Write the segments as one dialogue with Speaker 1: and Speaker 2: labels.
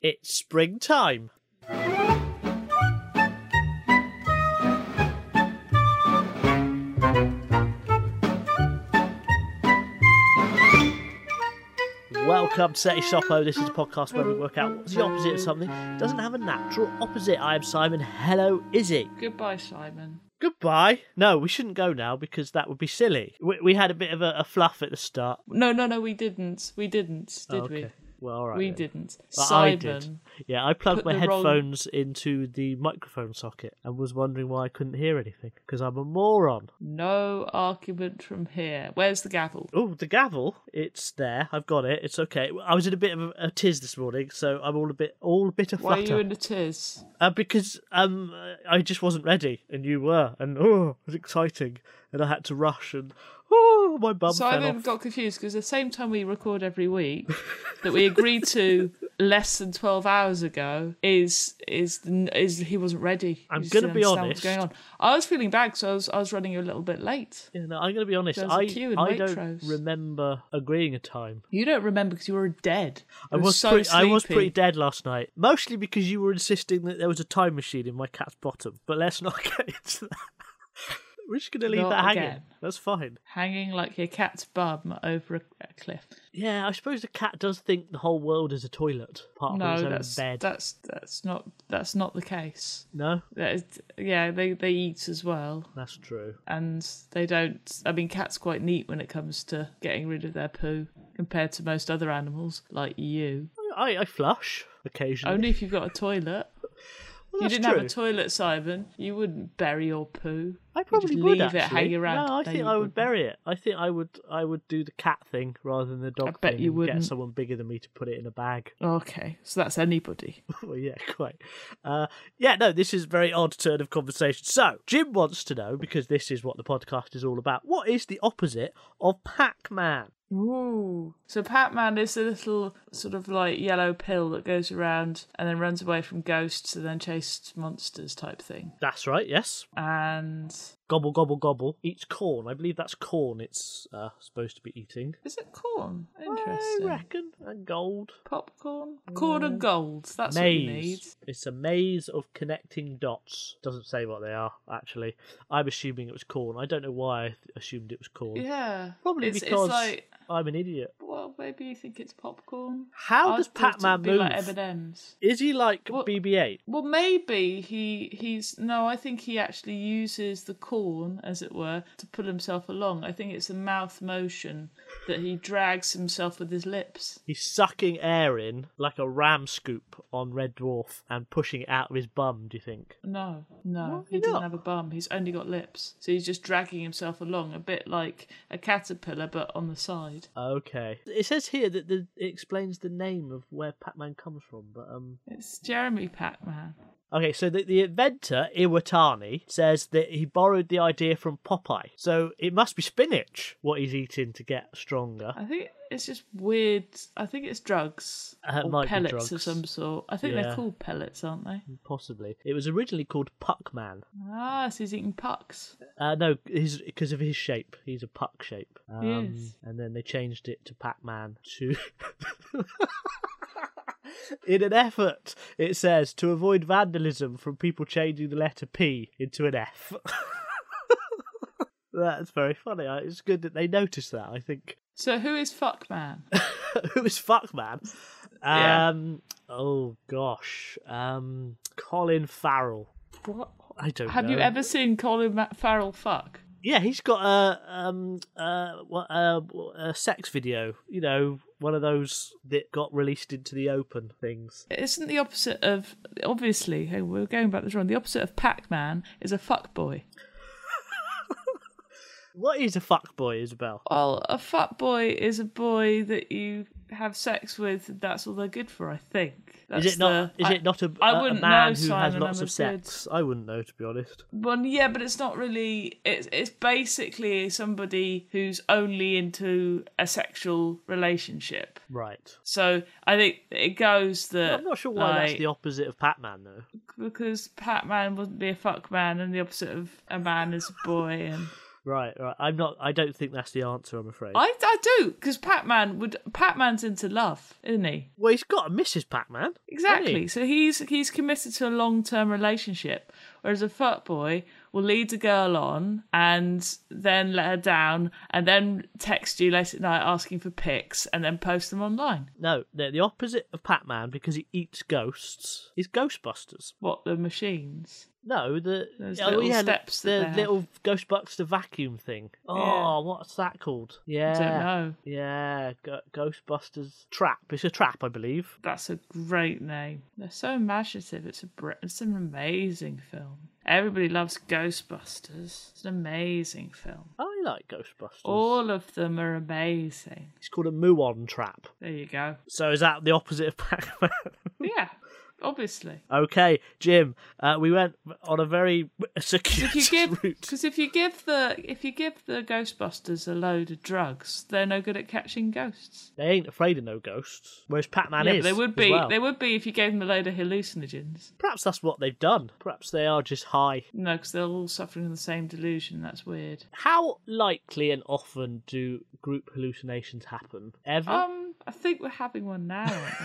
Speaker 1: It's springtime. Welcome to Seti Shoppo. This is a podcast where we work out what's the opposite of something that doesn't have a natural opposite. I am Simon. Hello, Izzy.
Speaker 2: Goodbye, Simon.
Speaker 1: Goodbye. No, we shouldn't go now because that would be silly. We, we had a bit of a, a fluff at the start.
Speaker 2: No, no, no, we didn't. We didn't, did
Speaker 1: Oh,
Speaker 2: we?
Speaker 1: okay. Well, all right.
Speaker 2: We
Speaker 1: then.
Speaker 2: didn't.
Speaker 1: But I
Speaker 2: Simon.
Speaker 1: did. Yeah, I plugged
Speaker 2: Put
Speaker 1: my
Speaker 2: the roll-
Speaker 1: headphones into the microphone socket and was wondering why I couldn't hear anything because I'm a moron.
Speaker 2: No argument from here. Where's the gavel?
Speaker 1: Oh, the gavel! It's there. I've got it. It's okay. I was in a bit of a, a tiz this morning, so I'm all a bit, all a bit of
Speaker 2: Why are
Speaker 1: flutter.
Speaker 2: you in the tears?
Speaker 1: uh, because um, I just wasn't ready, and you were, and oh, it was exciting, and I had to rush, and oh, my bum fell
Speaker 2: Simon
Speaker 1: off.
Speaker 2: got confused because the same time we record every week that we agreed to less than twelve hours ago is is is he wasn't ready.
Speaker 1: I'm
Speaker 2: He just didn't
Speaker 1: gonna be
Speaker 2: understand what's
Speaker 1: honest.
Speaker 2: Going on. I was feeling bad, so I was I was running a little bit late.
Speaker 1: Yeah, no, I'm going to be honest.
Speaker 2: There's a
Speaker 1: I
Speaker 2: queue in
Speaker 1: I don't
Speaker 2: Waitrose.
Speaker 1: remember agreeing a time.
Speaker 2: You don't remember because you were dead.
Speaker 1: I
Speaker 2: You were
Speaker 1: was
Speaker 2: so
Speaker 1: pretty, I was
Speaker 2: sleepy.
Speaker 1: pretty dead last night, mostly because you were insisting that there was a time machine in my cat's bottom. But let's not get into that. We're just gonna leave
Speaker 2: Not
Speaker 1: that hanging.
Speaker 2: again.
Speaker 1: That's fine.
Speaker 2: hanging like your cat's bum over a, a cliff.
Speaker 1: Yeah, I suppose the cat does think the whole world is a toilet, apart from
Speaker 2: no,
Speaker 1: his own
Speaker 2: that's
Speaker 1: bed.
Speaker 2: that's that's not that's not the case.
Speaker 1: No,
Speaker 2: That is, yeah, they they eat as well,
Speaker 1: that's true.
Speaker 2: and they don't. I mean, cats quite neat when it comes to getting rid of their poo compared to most other animals, like you.
Speaker 1: I, I flush occasionally.
Speaker 2: Only if you've got a toilet.
Speaker 1: Well,
Speaker 2: you
Speaker 1: that's
Speaker 2: didn't
Speaker 1: true.
Speaker 2: have a toilet, Simon. You wouldn't bury your poo.
Speaker 1: I
Speaker 2: You'd
Speaker 1: probably
Speaker 2: just
Speaker 1: would
Speaker 2: leave
Speaker 1: actually.
Speaker 2: it hanging around.
Speaker 1: No, I
Speaker 2: No,
Speaker 1: think
Speaker 2: you
Speaker 1: I would
Speaker 2: wouldn't.
Speaker 1: bury it. I think I would. I would do the cat thing rather than the dog
Speaker 2: bet
Speaker 1: thing.
Speaker 2: you
Speaker 1: and
Speaker 2: wouldn't.
Speaker 1: Get someone bigger than me to put it in a bag.
Speaker 2: Okay, so that's anybody.
Speaker 1: well, yeah, quite. Uh, yeah, no, this is a very odd turn of conversation. So, Jim wants to know, because this is what the podcast is all about, what is the opposite of Pac Man?
Speaker 2: Ooh. So Pac-Man is a little sort of like yellow pill that goes around and then runs away from ghosts and then chases monsters type thing.
Speaker 1: That's right, yes.
Speaker 2: And
Speaker 1: Gobble, gobble, gobble. Eats corn. I believe that's corn it's uh, supposed to be eating.
Speaker 2: is it corn?
Speaker 1: I
Speaker 2: Interesting.
Speaker 1: reckon. Mm. And gold.
Speaker 2: Popcorn, corn and gold. That's what you need.
Speaker 1: maze. It's a maze of connecting dots. Doesn't say what they are, actually. I'm assuming it was corn. I don't know why I assumed it was corn.
Speaker 2: Yeah.
Speaker 1: Probably
Speaker 2: it's,
Speaker 1: because
Speaker 2: it's like
Speaker 1: I'm an idiot.
Speaker 2: well, maybe you think it's popcorn.
Speaker 1: How
Speaker 2: I
Speaker 1: does
Speaker 2: thought
Speaker 1: Pac-Man
Speaker 2: it'd be
Speaker 1: move?
Speaker 2: Like M&Ms.
Speaker 1: Is he like
Speaker 2: What-
Speaker 1: BB-8?
Speaker 2: Well, maybe he he's no. I think he actually uses the corn, as it were, to pull himself along. I think it's a mouth motion that he drags himself with his lips.
Speaker 1: He's sucking air in like a ram scoop on Red Dwarf and pushing it out of his bum. Do you think?
Speaker 2: No, no,
Speaker 1: Why
Speaker 2: he doesn't
Speaker 1: not?
Speaker 2: have a bum. He's only got lips, so he's just dragging himself along, a bit like a caterpillar, but on the side.
Speaker 1: Okay. It says here that the, it explains the name of where Pac-Man comes from, but um.
Speaker 2: It's Jeremy Pac-Man.
Speaker 1: Okay, so the, the inventor Iwatani says that he borrowed the idea from Popeye, so it must be spinach what he's eating to get stronger.
Speaker 2: I think it's just weird. I think it's drugs
Speaker 1: Uh, it
Speaker 2: or
Speaker 1: might be
Speaker 2: pellets of
Speaker 1: drugs.
Speaker 2: some sort. I think
Speaker 1: Yeah.
Speaker 2: they're called pellets, aren't they?
Speaker 1: Possibly, it was originally called Puckman.
Speaker 2: Ah, so he's eating pucks.
Speaker 1: Uh, no, his because of his shape, he's a puck shape. Um,
Speaker 2: Yes.
Speaker 1: And then they changed it to Pac-Man to. In an effort, it says to avoid vandalism from people changing the letter P into an F. That's very funny. I- It's good that they noticed that. I think
Speaker 2: So who is fuck man?
Speaker 1: it was fuck man.
Speaker 2: Yeah.
Speaker 1: Um. Oh gosh. Um. Colin Farrell.
Speaker 2: What?
Speaker 1: I don't.
Speaker 2: Have you
Speaker 1: know.
Speaker 2: ever seen Colin Ma- Farrell fuck?
Speaker 1: Yeah, he's got a um uh what uh a sex video, you know, one of those that got released into the open things.
Speaker 2: Isn't the opposite of obviously? Hey, we're going about this wrong. The opposite of Pac-Man is a fuck boy.
Speaker 1: What is a fuckboy, Isabel?
Speaker 2: Well, a fuck boy is a boy that you have sex with. and That's all they're good for, I think. That's
Speaker 1: is it not?
Speaker 2: the-
Speaker 1: is
Speaker 2: I-
Speaker 1: it not a,
Speaker 2: I
Speaker 1: a- a
Speaker 2: wouldn't
Speaker 1: man
Speaker 2: know,
Speaker 1: who
Speaker 2: Simon,
Speaker 1: has
Speaker 2: I'm
Speaker 1: lots of
Speaker 2: afraid.
Speaker 1: sex? I wouldn't know, to be honest.
Speaker 2: Well, yeah, but it's not really. It's it's basically somebody who's only into a sexual relationship.
Speaker 1: Right.
Speaker 2: So I think it goes that
Speaker 1: I'm not sure why
Speaker 2: like,
Speaker 1: that's the opposite of Pac-Man, though.
Speaker 2: because Pac Man wouldn't be a fuck man, and the opposite of a man is a boy, and
Speaker 1: Right, right. I'm not. I don't think that's the answer. I'm afraid.
Speaker 2: I, I do because Pac-Man would Pac-Man's into love, isn't he?
Speaker 1: Well, he's got a Mrs. Pac-Man.
Speaker 2: Exactly.
Speaker 1: Hey.
Speaker 2: So he's he's committed to a long term relationship, whereas a fuck boy will lead a girl on and then let her down, and then text you late at night asking for pics, and then post them online.
Speaker 1: No, they're the opposite of Pac-Man because he eats ghosts. Is Ghostbusters?
Speaker 2: What the machines?
Speaker 1: No, the
Speaker 2: Those
Speaker 1: oh,
Speaker 2: little
Speaker 1: yeah,
Speaker 2: steps that
Speaker 1: the
Speaker 2: they have.
Speaker 1: little Ghostbuster vacuum thing. Oh,
Speaker 2: Yeah.
Speaker 1: what's that called?
Speaker 2: I
Speaker 1: Yeah,
Speaker 2: don't know.
Speaker 1: yeah, Go- Ghostbusters trap. It's a trap, I believe.
Speaker 2: That's a great name. They're so imaginative. It's a br- it's an amazing film. Everybody loves Ghostbusters. It's an amazing film.
Speaker 1: I like Ghostbusters.
Speaker 2: All of them are amazing.
Speaker 1: It's called a muon trap.
Speaker 2: There you go.
Speaker 1: So is that the opposite of Pac-Man?
Speaker 2: Yeah, obviously.
Speaker 1: okay, Jim. Uh, we went on a very circuitous
Speaker 2: If you give
Speaker 1: route.
Speaker 2: because if you give the if you give the Ghostbusters a load of drugs, they're no good at catching ghosts.
Speaker 1: They ain't afraid of no ghosts, whereas Pac-Man
Speaker 2: yeah,
Speaker 1: is.
Speaker 2: but they would
Speaker 1: as
Speaker 2: be
Speaker 1: well.
Speaker 2: they would be if you gave them a load of hallucinogens.
Speaker 1: Perhaps that's what they've done. Perhaps they are just high.
Speaker 2: No, because they're all suffering from the same delusion. That's weird.
Speaker 1: How likely and often do group hallucinations happen? Ever?
Speaker 2: Um, I think we're having one now. Aren't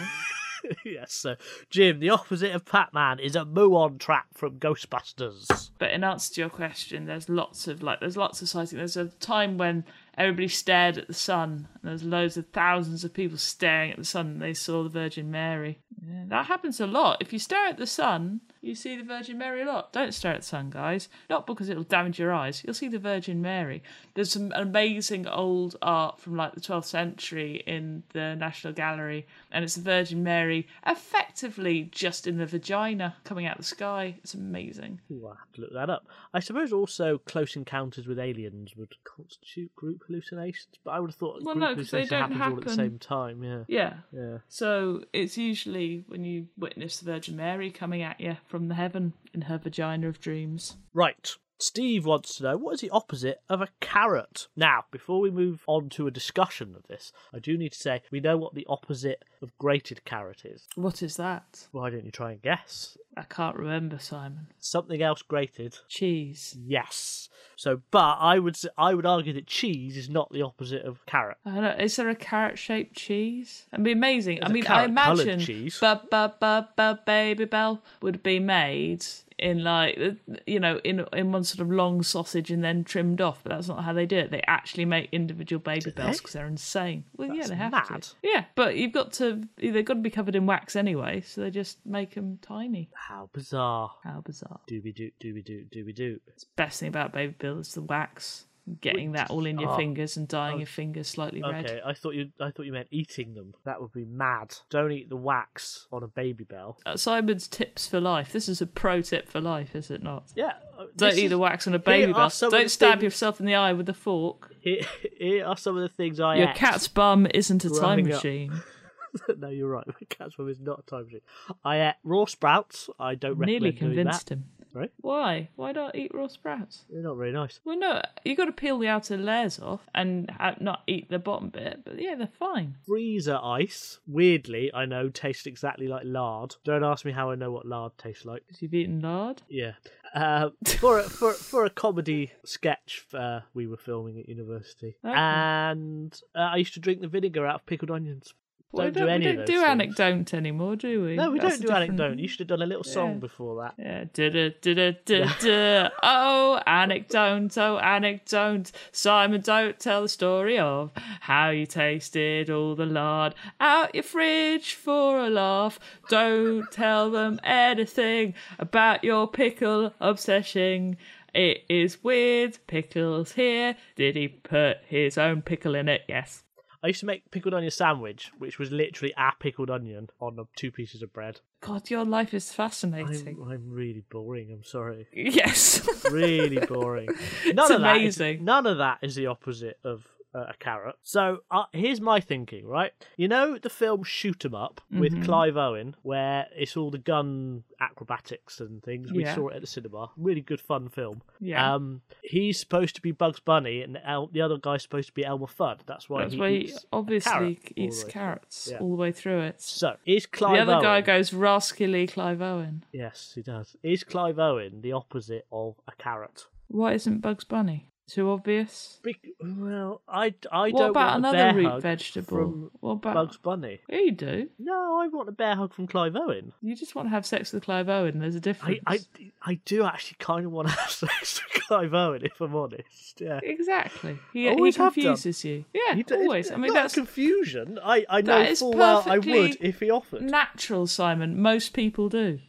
Speaker 2: we?
Speaker 1: yes, so Jim, the opposite of Pac Man is a muon trap from Ghostbusters.
Speaker 2: But in answer to your question, there's lots of like there's lots of sighting. There's a time when everybody stared at the sun, and there's loads of thousands of people staring at the sun. And they saw the Virgin Mary. Yeah, that happens a lot. If you stare at the sun, you see the Virgin Mary a lot. Don't stare at the sun, guys. Not because it'll damage your eyes. You'll see the Virgin Mary. There's some amazing old art from like the 12th century in the National Gallery, and it's the Virgin Mary effectively just in the vagina coming out the sky. It's amazing.
Speaker 1: Ooh, I'll have to look that up. I suppose also close encounters with aliens would constitute group hallucinations, but I would have thought
Speaker 2: Well,
Speaker 1: group
Speaker 2: no, 'cause they
Speaker 1: hallucination
Speaker 2: don't
Speaker 1: happens all at the
Speaker 2: happen.
Speaker 1: same time, yeah.
Speaker 2: Yeah.
Speaker 1: Yeah.
Speaker 2: So it's usually when you witness the Virgin Mary coming at you from the heaven in her vagina of dreams.
Speaker 1: Right. Steve wants to know what is the opposite of a carrot? Now, before we move on to a discussion of this, I do need to say we know what the opposite of grated carrot is.
Speaker 2: What is that?
Speaker 1: Why don't you try and guess?
Speaker 2: I can't remember, Simon.
Speaker 1: Something else grated.
Speaker 2: Cheese.
Speaker 1: Yes. So, but I would s- I would argue that cheese is not the opposite of carrot.
Speaker 2: I don't know. Is there a carrot shaped cheese? That'd be amazing.
Speaker 1: There's
Speaker 2: I
Speaker 1: a
Speaker 2: mean, I
Speaker 1: carrot-coloured
Speaker 2: imagine
Speaker 1: cheese.
Speaker 2: ba ba ba ba baby bell would be made in like uh, you know in in one sort of long sausage and then trimmed off. But that's not how they do it. They actually make individual baby bells
Speaker 1: they?
Speaker 2: because they're insane. Well, yeah,
Speaker 1: That's
Speaker 2: they have
Speaker 1: mad.
Speaker 2: to. Yeah, but you've got to. They've got to be covered in wax anyway, so they just make them tiny.
Speaker 1: How bizarre.
Speaker 2: How bizarre!
Speaker 1: Dooby doo, dooby doo, dooby doo.
Speaker 2: It's the best thing about baby bill is the wax. Getting that all in your
Speaker 1: Oh.
Speaker 2: fingers and dyeing your fingers slightly red.
Speaker 1: Okay, I thought you I thought you meant eating them. That would be mad. Don't eat the wax on a baby bell.
Speaker 2: Uh, Simon's tips for life. This is a pro tip for life, is it not?
Speaker 1: Yeah. uh,
Speaker 2: Don't
Speaker 1: this
Speaker 2: eat
Speaker 1: is-
Speaker 2: the wax on a baby
Speaker 1: here
Speaker 2: bell.
Speaker 1: are some of the
Speaker 2: Don't stab
Speaker 1: things-
Speaker 2: yourself in the eye with a fork.
Speaker 1: Here, here are some of the things I
Speaker 2: Your
Speaker 1: ate.
Speaker 2: cat's bum isn't a time
Speaker 1: Growing up.
Speaker 2: machine.
Speaker 1: no, you're right. My cat's mum is not a time machine. I ate raw sprouts. I don't recommend
Speaker 2: Nearly
Speaker 1: doing that.
Speaker 2: convinced him.
Speaker 1: Right?
Speaker 2: Why? Why not eat raw sprouts?
Speaker 1: They're not very nice.
Speaker 2: Well, no, you got to peel the outer layers off and uh, not eat the bottom bit. But yeah, they're fine.
Speaker 1: freezer ice, weirdly, I know, tastes exactly like lard. Don't ask me how I know what lard tastes like.
Speaker 2: Because you've eaten lard.
Speaker 1: Yeah. Uh, for, a, for, for a comedy sketch uh, we were filming at university.
Speaker 2: Okay.
Speaker 1: And uh, I used to drink the vinegar out of pickled onions.
Speaker 2: Well,
Speaker 1: don't, do any
Speaker 2: we
Speaker 1: of
Speaker 2: don't
Speaker 1: those
Speaker 2: do
Speaker 1: things.
Speaker 2: anecdote anymore, do we?
Speaker 1: No, we
Speaker 2: That's
Speaker 1: don't
Speaker 2: a
Speaker 1: do
Speaker 2: different-
Speaker 1: anecdote. You should have done a little song
Speaker 2: Yeah.
Speaker 1: before that.
Speaker 2: Yeah, da-da, da-da, da-da. oh, anecdote, oh, anecdote. Simon, don't tell the story of how you tasted all the lard out your fridge for a laugh. Don't tell them anything about your pickle obsession. It is weird. Pickles here. Did he put his own pickle in it? Yes.
Speaker 1: I used to make pickled onion sandwich, which was literally a pickled onion on a- two pieces of bread.
Speaker 2: God, your life is
Speaker 1: I'm,
Speaker 2: fascinating.
Speaker 1: I'm really boring. I'm sorry.
Speaker 2: Yes.
Speaker 1: really boring. None
Speaker 2: It's
Speaker 1: of that is-
Speaker 2: amazing.
Speaker 1: none of that is the opposite of uh, a carrot. So uh, here's my thinking, right? You know the film Shoot 'Em Up
Speaker 2: Mm-hmm.
Speaker 1: with Clive Owen, where it's all the gun acrobatics and things. We
Speaker 2: Yeah.
Speaker 1: saw it at the cinema. Really good fun film.
Speaker 2: Yeah.
Speaker 1: Um, he's supposed to be Bugs Bunny, and El- the other guy's supposed to be Elmer Fudd. That's why
Speaker 2: That's
Speaker 1: he
Speaker 2: why he
Speaker 1: eats a
Speaker 2: obviously
Speaker 1: carrot all
Speaker 2: eats
Speaker 1: the way through.
Speaker 2: carrots
Speaker 1: Yeah.
Speaker 2: all the way through it.
Speaker 1: So is Clive
Speaker 2: the other
Speaker 1: Owen?
Speaker 2: guy goes rascally Clive Owen.
Speaker 1: yes, he does. Is Clive Owen the opposite of a carrot?
Speaker 2: Why isn't Bugs Bunny? Too obvious.
Speaker 1: Bec- well, I, I
Speaker 2: What
Speaker 1: don't
Speaker 2: about
Speaker 1: want a
Speaker 2: another
Speaker 1: bear
Speaker 2: root
Speaker 1: hug
Speaker 2: vegetable?
Speaker 1: from
Speaker 2: What about-
Speaker 1: Bugs Bunny?
Speaker 2: Yeah, you do.
Speaker 1: No, I want a bear hug from Clive Owen.
Speaker 2: You just want to have sex with Clive Owen. There's a
Speaker 1: I,
Speaker 2: difference.
Speaker 1: I, I do actually kind of want to have sex with Clive Owen, if I'm honest. Yeah.
Speaker 2: Exactly. He, he
Speaker 1: Always have done.
Speaker 2: confuses you. Yeah,
Speaker 1: You do- it's
Speaker 2: always. I mean,
Speaker 1: not
Speaker 2: that's
Speaker 1: confusion. I, I know
Speaker 2: that is
Speaker 1: full well I would
Speaker 2: perfectly
Speaker 1: if he offered.
Speaker 2: natural, Simon. Most people do.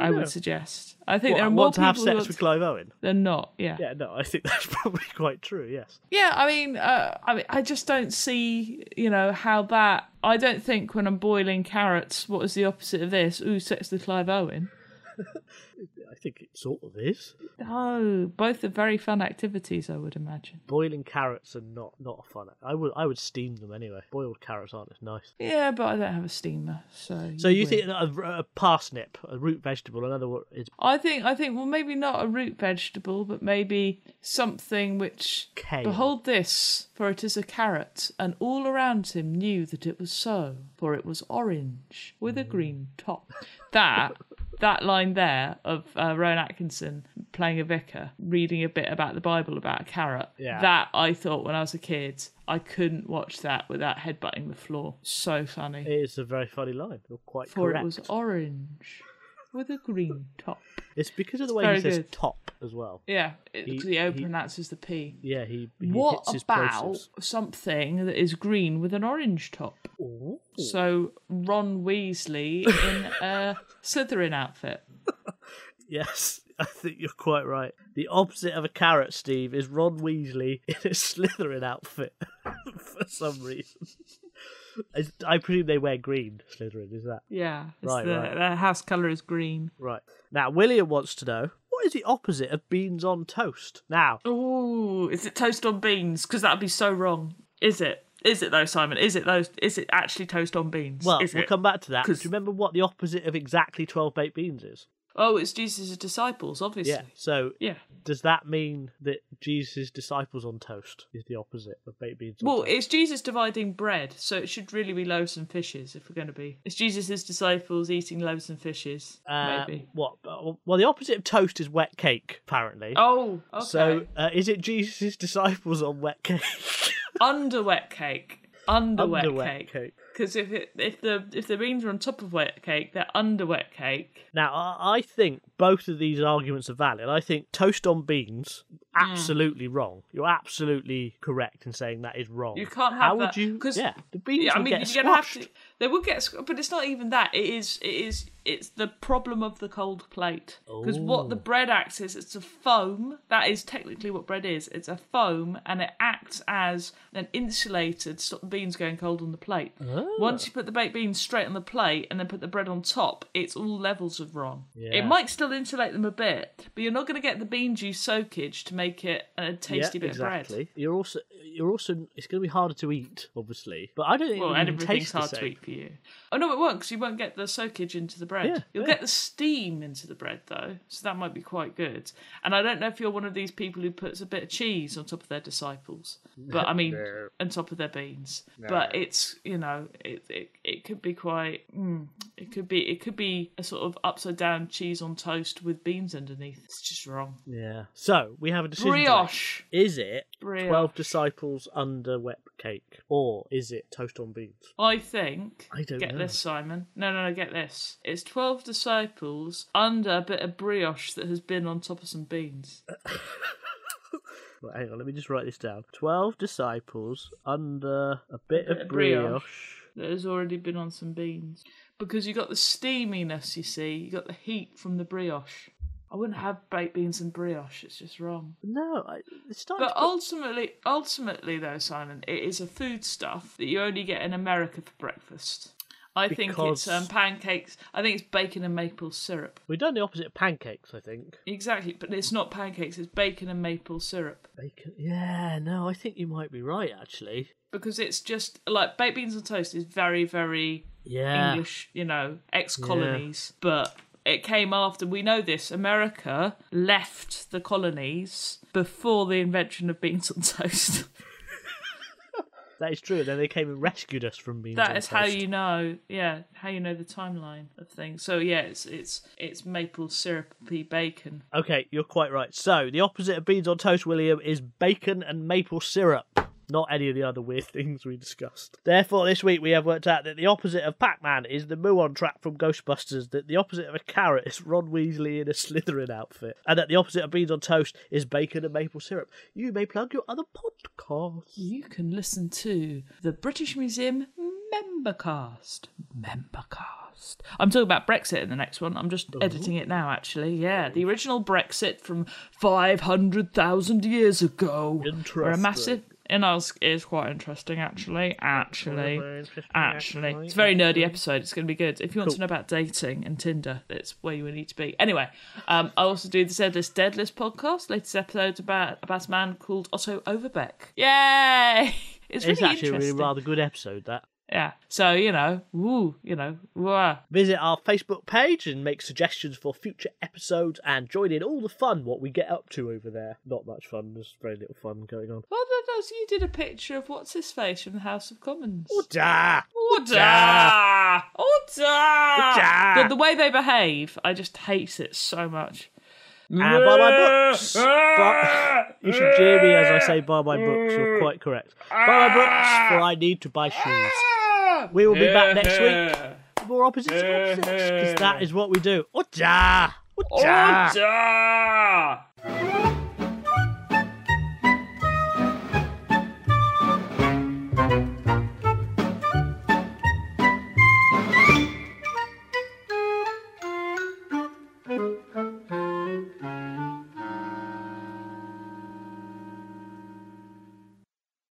Speaker 2: I
Speaker 1: know.
Speaker 2: would suggest. I think
Speaker 1: What,
Speaker 2: there are
Speaker 1: want
Speaker 2: more
Speaker 1: to
Speaker 2: people
Speaker 1: have
Speaker 2: who
Speaker 1: sex
Speaker 2: want
Speaker 1: with
Speaker 2: to-
Speaker 1: Clive Owen.
Speaker 2: than not. Yeah.
Speaker 1: Yeah, no, I think that's probably quite true. Yes.
Speaker 2: Yeah, I mean, uh, I mean, I just don't see, you know, how that. I don't think when I'm boiling carrots, what is the opposite of this? Ooh, sex with Clive Owen.
Speaker 1: I think it sort of is.
Speaker 2: No, both are very fun activities, I would imagine.
Speaker 1: Boiling carrots are not not fun. I would I would steam them anyway. Boiled carrots aren't as nice.
Speaker 2: Yeah, but I don't have a steamer, so.
Speaker 1: So you
Speaker 2: win.
Speaker 1: think that a, a parsnip, a root vegetable, another one is
Speaker 2: I think I think well maybe not a root vegetable, but maybe something which
Speaker 1: Kale.
Speaker 2: behold this, for it is a carrot, and all around him knew that it was so, for it was orange with a green top. That that line there of uh, Rowan Atkinson playing a vicar, reading a bit about the Bible about a carrot.
Speaker 1: Yeah.
Speaker 2: That I thought when I was a kid, I couldn't watch that without headbutting the floor. So funny.
Speaker 1: it is a very funny line. You're quite
Speaker 2: for
Speaker 1: correct.
Speaker 2: it was orange with a green top.
Speaker 1: It's because of the way he
Speaker 2: very
Speaker 1: says
Speaker 2: good.
Speaker 1: top as well.
Speaker 2: Yeah, it,
Speaker 1: He-
Speaker 2: 'cause the O
Speaker 1: he-
Speaker 2: pronounces the P.
Speaker 1: Yeah, he, he
Speaker 2: What
Speaker 1: hits his
Speaker 2: about
Speaker 1: plosives.
Speaker 2: something that is green with an orange top?
Speaker 1: Ooh.
Speaker 2: So Ron Weasley in a Slytherin outfit.
Speaker 1: Yes, I think you're quite right. The opposite of a carrot, Steve, is Ron Weasley in a Slytherin outfit for some reason. I, I presume they wear green Slytherin, is that
Speaker 2: Yeah, it's
Speaker 1: Right,
Speaker 2: the,
Speaker 1: right.
Speaker 2: the house color is green.
Speaker 1: right? Now, William wants to know what is the opposite of beans on toast? Now,
Speaker 2: Ooh, is it toast on beans? Because that'd be so wrong. Is it? Is it though, Simon? Is it those? Is it actually toast on beans?
Speaker 1: well,
Speaker 2: is
Speaker 1: we'll
Speaker 2: it?
Speaker 1: come back to that.
Speaker 2: 'Cause-
Speaker 1: Do you remember what the opposite of exactly 12 baked beans is?
Speaker 2: oh, it's Jesus' disciples, obviously.
Speaker 1: Yeah. So,
Speaker 2: yeah.
Speaker 1: does that mean that Jesus' disciples on toast is the opposite of baked beans on
Speaker 2: Well,
Speaker 1: toast?
Speaker 2: it's Jesus dividing bread, so it should really be loaves and fishes if we're going to be. It's Jesus' disciples eating loaves and fishes,
Speaker 1: Uh,
Speaker 2: maybe.
Speaker 1: What? Well, the opposite of toast is wet cake, apparently.
Speaker 2: Oh, okay.
Speaker 1: So, uh, is it Jesus' disciples on wet cake?
Speaker 2: under wet cake, under,
Speaker 1: Under
Speaker 2: wet cake, because if it, if the if the beans are on top of wet cake, they're under wet cake.
Speaker 1: Now, I I think both of these arguments are valid. I think toast on beans,
Speaker 2: Hmm.
Speaker 1: absolutely wrong. You're absolutely correct in saying that is wrong.
Speaker 2: You can't have
Speaker 1: How
Speaker 2: that,
Speaker 1: would you?
Speaker 2: 'cause-
Speaker 1: Yeah, the beans
Speaker 2: Yeah, I
Speaker 1: would
Speaker 2: mean,
Speaker 1: get
Speaker 2: you're going to have
Speaker 1: squashed.
Speaker 2: to. They will get, squ- but it's not even that. It is, it is, it's the problem of the cold plate. Because what
Speaker 1: Oh.
Speaker 2: the bread acts is, it's a foam. That is technically what bread is. It's a foam, and it acts as an insulator to stop the beans going cold on the plate.
Speaker 1: Oh.
Speaker 2: Once you put the baked beans straight on the plate and then put the bread on top, it's all levels of wrong.
Speaker 1: Yeah.
Speaker 2: It might still insulate them a bit, but you're not going to get the bean juice soakage to make it a tasty
Speaker 1: yeah,
Speaker 2: bit of
Speaker 1: exactly.
Speaker 2: bread.
Speaker 1: You're also, you're also. It's going to be harder to eat, obviously. But I don't think
Speaker 2: Well,
Speaker 1: it would
Speaker 2: and
Speaker 1: even
Speaker 2: everything's
Speaker 1: taste the
Speaker 2: hard to
Speaker 1: same.
Speaker 2: eat for you. Oh no, it won't because you won't get the soakage into the bread.
Speaker 1: Yeah,
Speaker 2: You'll
Speaker 1: yeah.
Speaker 2: get the steam into the bread though, so that might be quite good. And I don't know if you're one of these people who puts a bit of cheese on top of their disciples, but I mean,
Speaker 1: No.
Speaker 2: on top of their beans. But it's you know, it it, it could be quite. Mm, it could be it could be a sort of upside down cheese on toast with beans underneath. It's just wrong.
Speaker 1: Yeah. So we have a decision. to make.
Speaker 2: Brioche.
Speaker 1: Is it
Speaker 2: Brioche.
Speaker 1: 12 disciples under wet cake? Or is it toast on beans?
Speaker 2: I think.
Speaker 1: I don't
Speaker 2: get
Speaker 1: know.
Speaker 2: this, Simon. No, no, no. Get this. It's twelve disciples under a bit of brioche that has been on top of some beans.
Speaker 1: Right, hang on, let me just write this down. 12 disciples under a bit,
Speaker 2: bit
Speaker 1: of
Speaker 2: of
Speaker 1: brioche.
Speaker 2: brioche. That has already been on some beans because you got the steaminess. You see, you got the heat from the brioche. I wouldn't have baked beans and brioche. It's just wrong.
Speaker 1: No, I, it's starting to
Speaker 2: But
Speaker 1: put-
Speaker 2: ultimately, ultimately though, Simon, it is a foodstuff that you only get in America for breakfast. I think
Speaker 1: Because-
Speaker 2: it's um, pancakes. I think it's bacon and maple syrup.
Speaker 1: We've done the opposite of pancakes, I think.
Speaker 2: Exactly, but it's not pancakes, it's bacon and maple syrup.
Speaker 1: Bacon. Yeah, no, I think you might be right, actually.
Speaker 2: Because it's just like baked beans and toast is very, very
Speaker 1: Yeah.
Speaker 2: English, you know, ex colonies. But it came after, we know this, America left the colonies before the invention of beans on toast.
Speaker 1: That is true. And then they came and rescued us from being.
Speaker 2: That is how you know, yeah, how you know the timeline of things. So yeah, it's it's it's maple syrupy bacon.
Speaker 1: Okay, you're quite right. So the opposite of beans on toast, William, is bacon and maple syrup. Not any of the other weird things we discussed. Therefore, this week we have worked out that the opposite of Pac-Man is the Muon trap from Ghostbusters. That the opposite of a carrot is Ron Weasley in a Slytherin outfit, and that the opposite of beans on toast is bacon and maple syrup. You may plug your other podcast.
Speaker 2: You can listen to the British Museum Membercast. Membercast. I'm talking about Brexit in the next one. I'm just editing it now, actually. Yeah, the original Brexit from 500,000 years ago.
Speaker 1: Interesting.
Speaker 2: We're a massive. And I was, it's quite interesting, actually. Actually,
Speaker 1: Very interesting,
Speaker 2: actually,
Speaker 1: actually,
Speaker 2: it's a very nerdy
Speaker 1: actually.
Speaker 2: episode. It's going to be good. If you want to know about dating and Tinder, that's where you need to be. Anyway, um, I also do the Dead List Dead List podcast. Latest episode about about a man called Otto Overbeck. Yay! It's really
Speaker 1: It's actually a
Speaker 2: interesting.
Speaker 1: really rather good episode. That
Speaker 2: Yeah. So, you know, woo, you know, wah.
Speaker 1: Visit our Facebook page and make suggestions for future episodes and join in all the fun what we get up to over there. Not much fun, there's very little fun going on.
Speaker 2: Well, that does. You did a picture of what's his face from the House of Commons.
Speaker 1: Order!
Speaker 2: Order! Order! The, the way they behave, I just hate it so much.
Speaker 1: And buy my books! Buy- you should jeer me as I say buy my books, you're quite correct. Buy my books, for I need to buy shoes. We will be back next week for more
Speaker 2: 哦
Speaker 1: opposites and opposites, because that is what we do. Order! Order!
Speaker 2: Order!